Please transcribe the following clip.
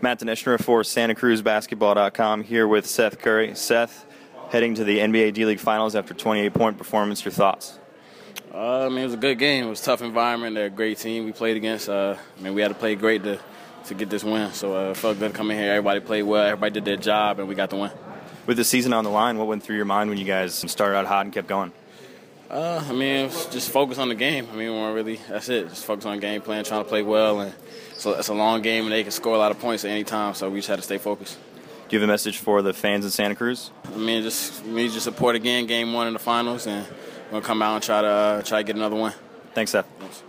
Matt Dineshner for SantaCruzBasketball.com here with Seth Curry. Seth, heading to the NBA D League Finals after 28 point performance. Your thoughts? Uh, I mean, it was a good game. It was a tough environment. They're a great team we played against. Uh, I mean, we had to play great to, to get this win. So uh, it felt good coming here. Everybody played well. Everybody did their job, and we got the win. With the season on the line, what went through your mind when you guys started out hot and kept going? Uh, I mean, just focus on the game. I mean, we're really that's it. Just focus on game plan, trying to play well, and so it's a long game, and they can score a lot of points at any time. So we just had to stay focused. Do you have a message for the fans in Santa Cruz? I mean, just we just support again, game one in the finals, and we're gonna come out and try to uh, try to get another one. Thanks, Seth. Thanks.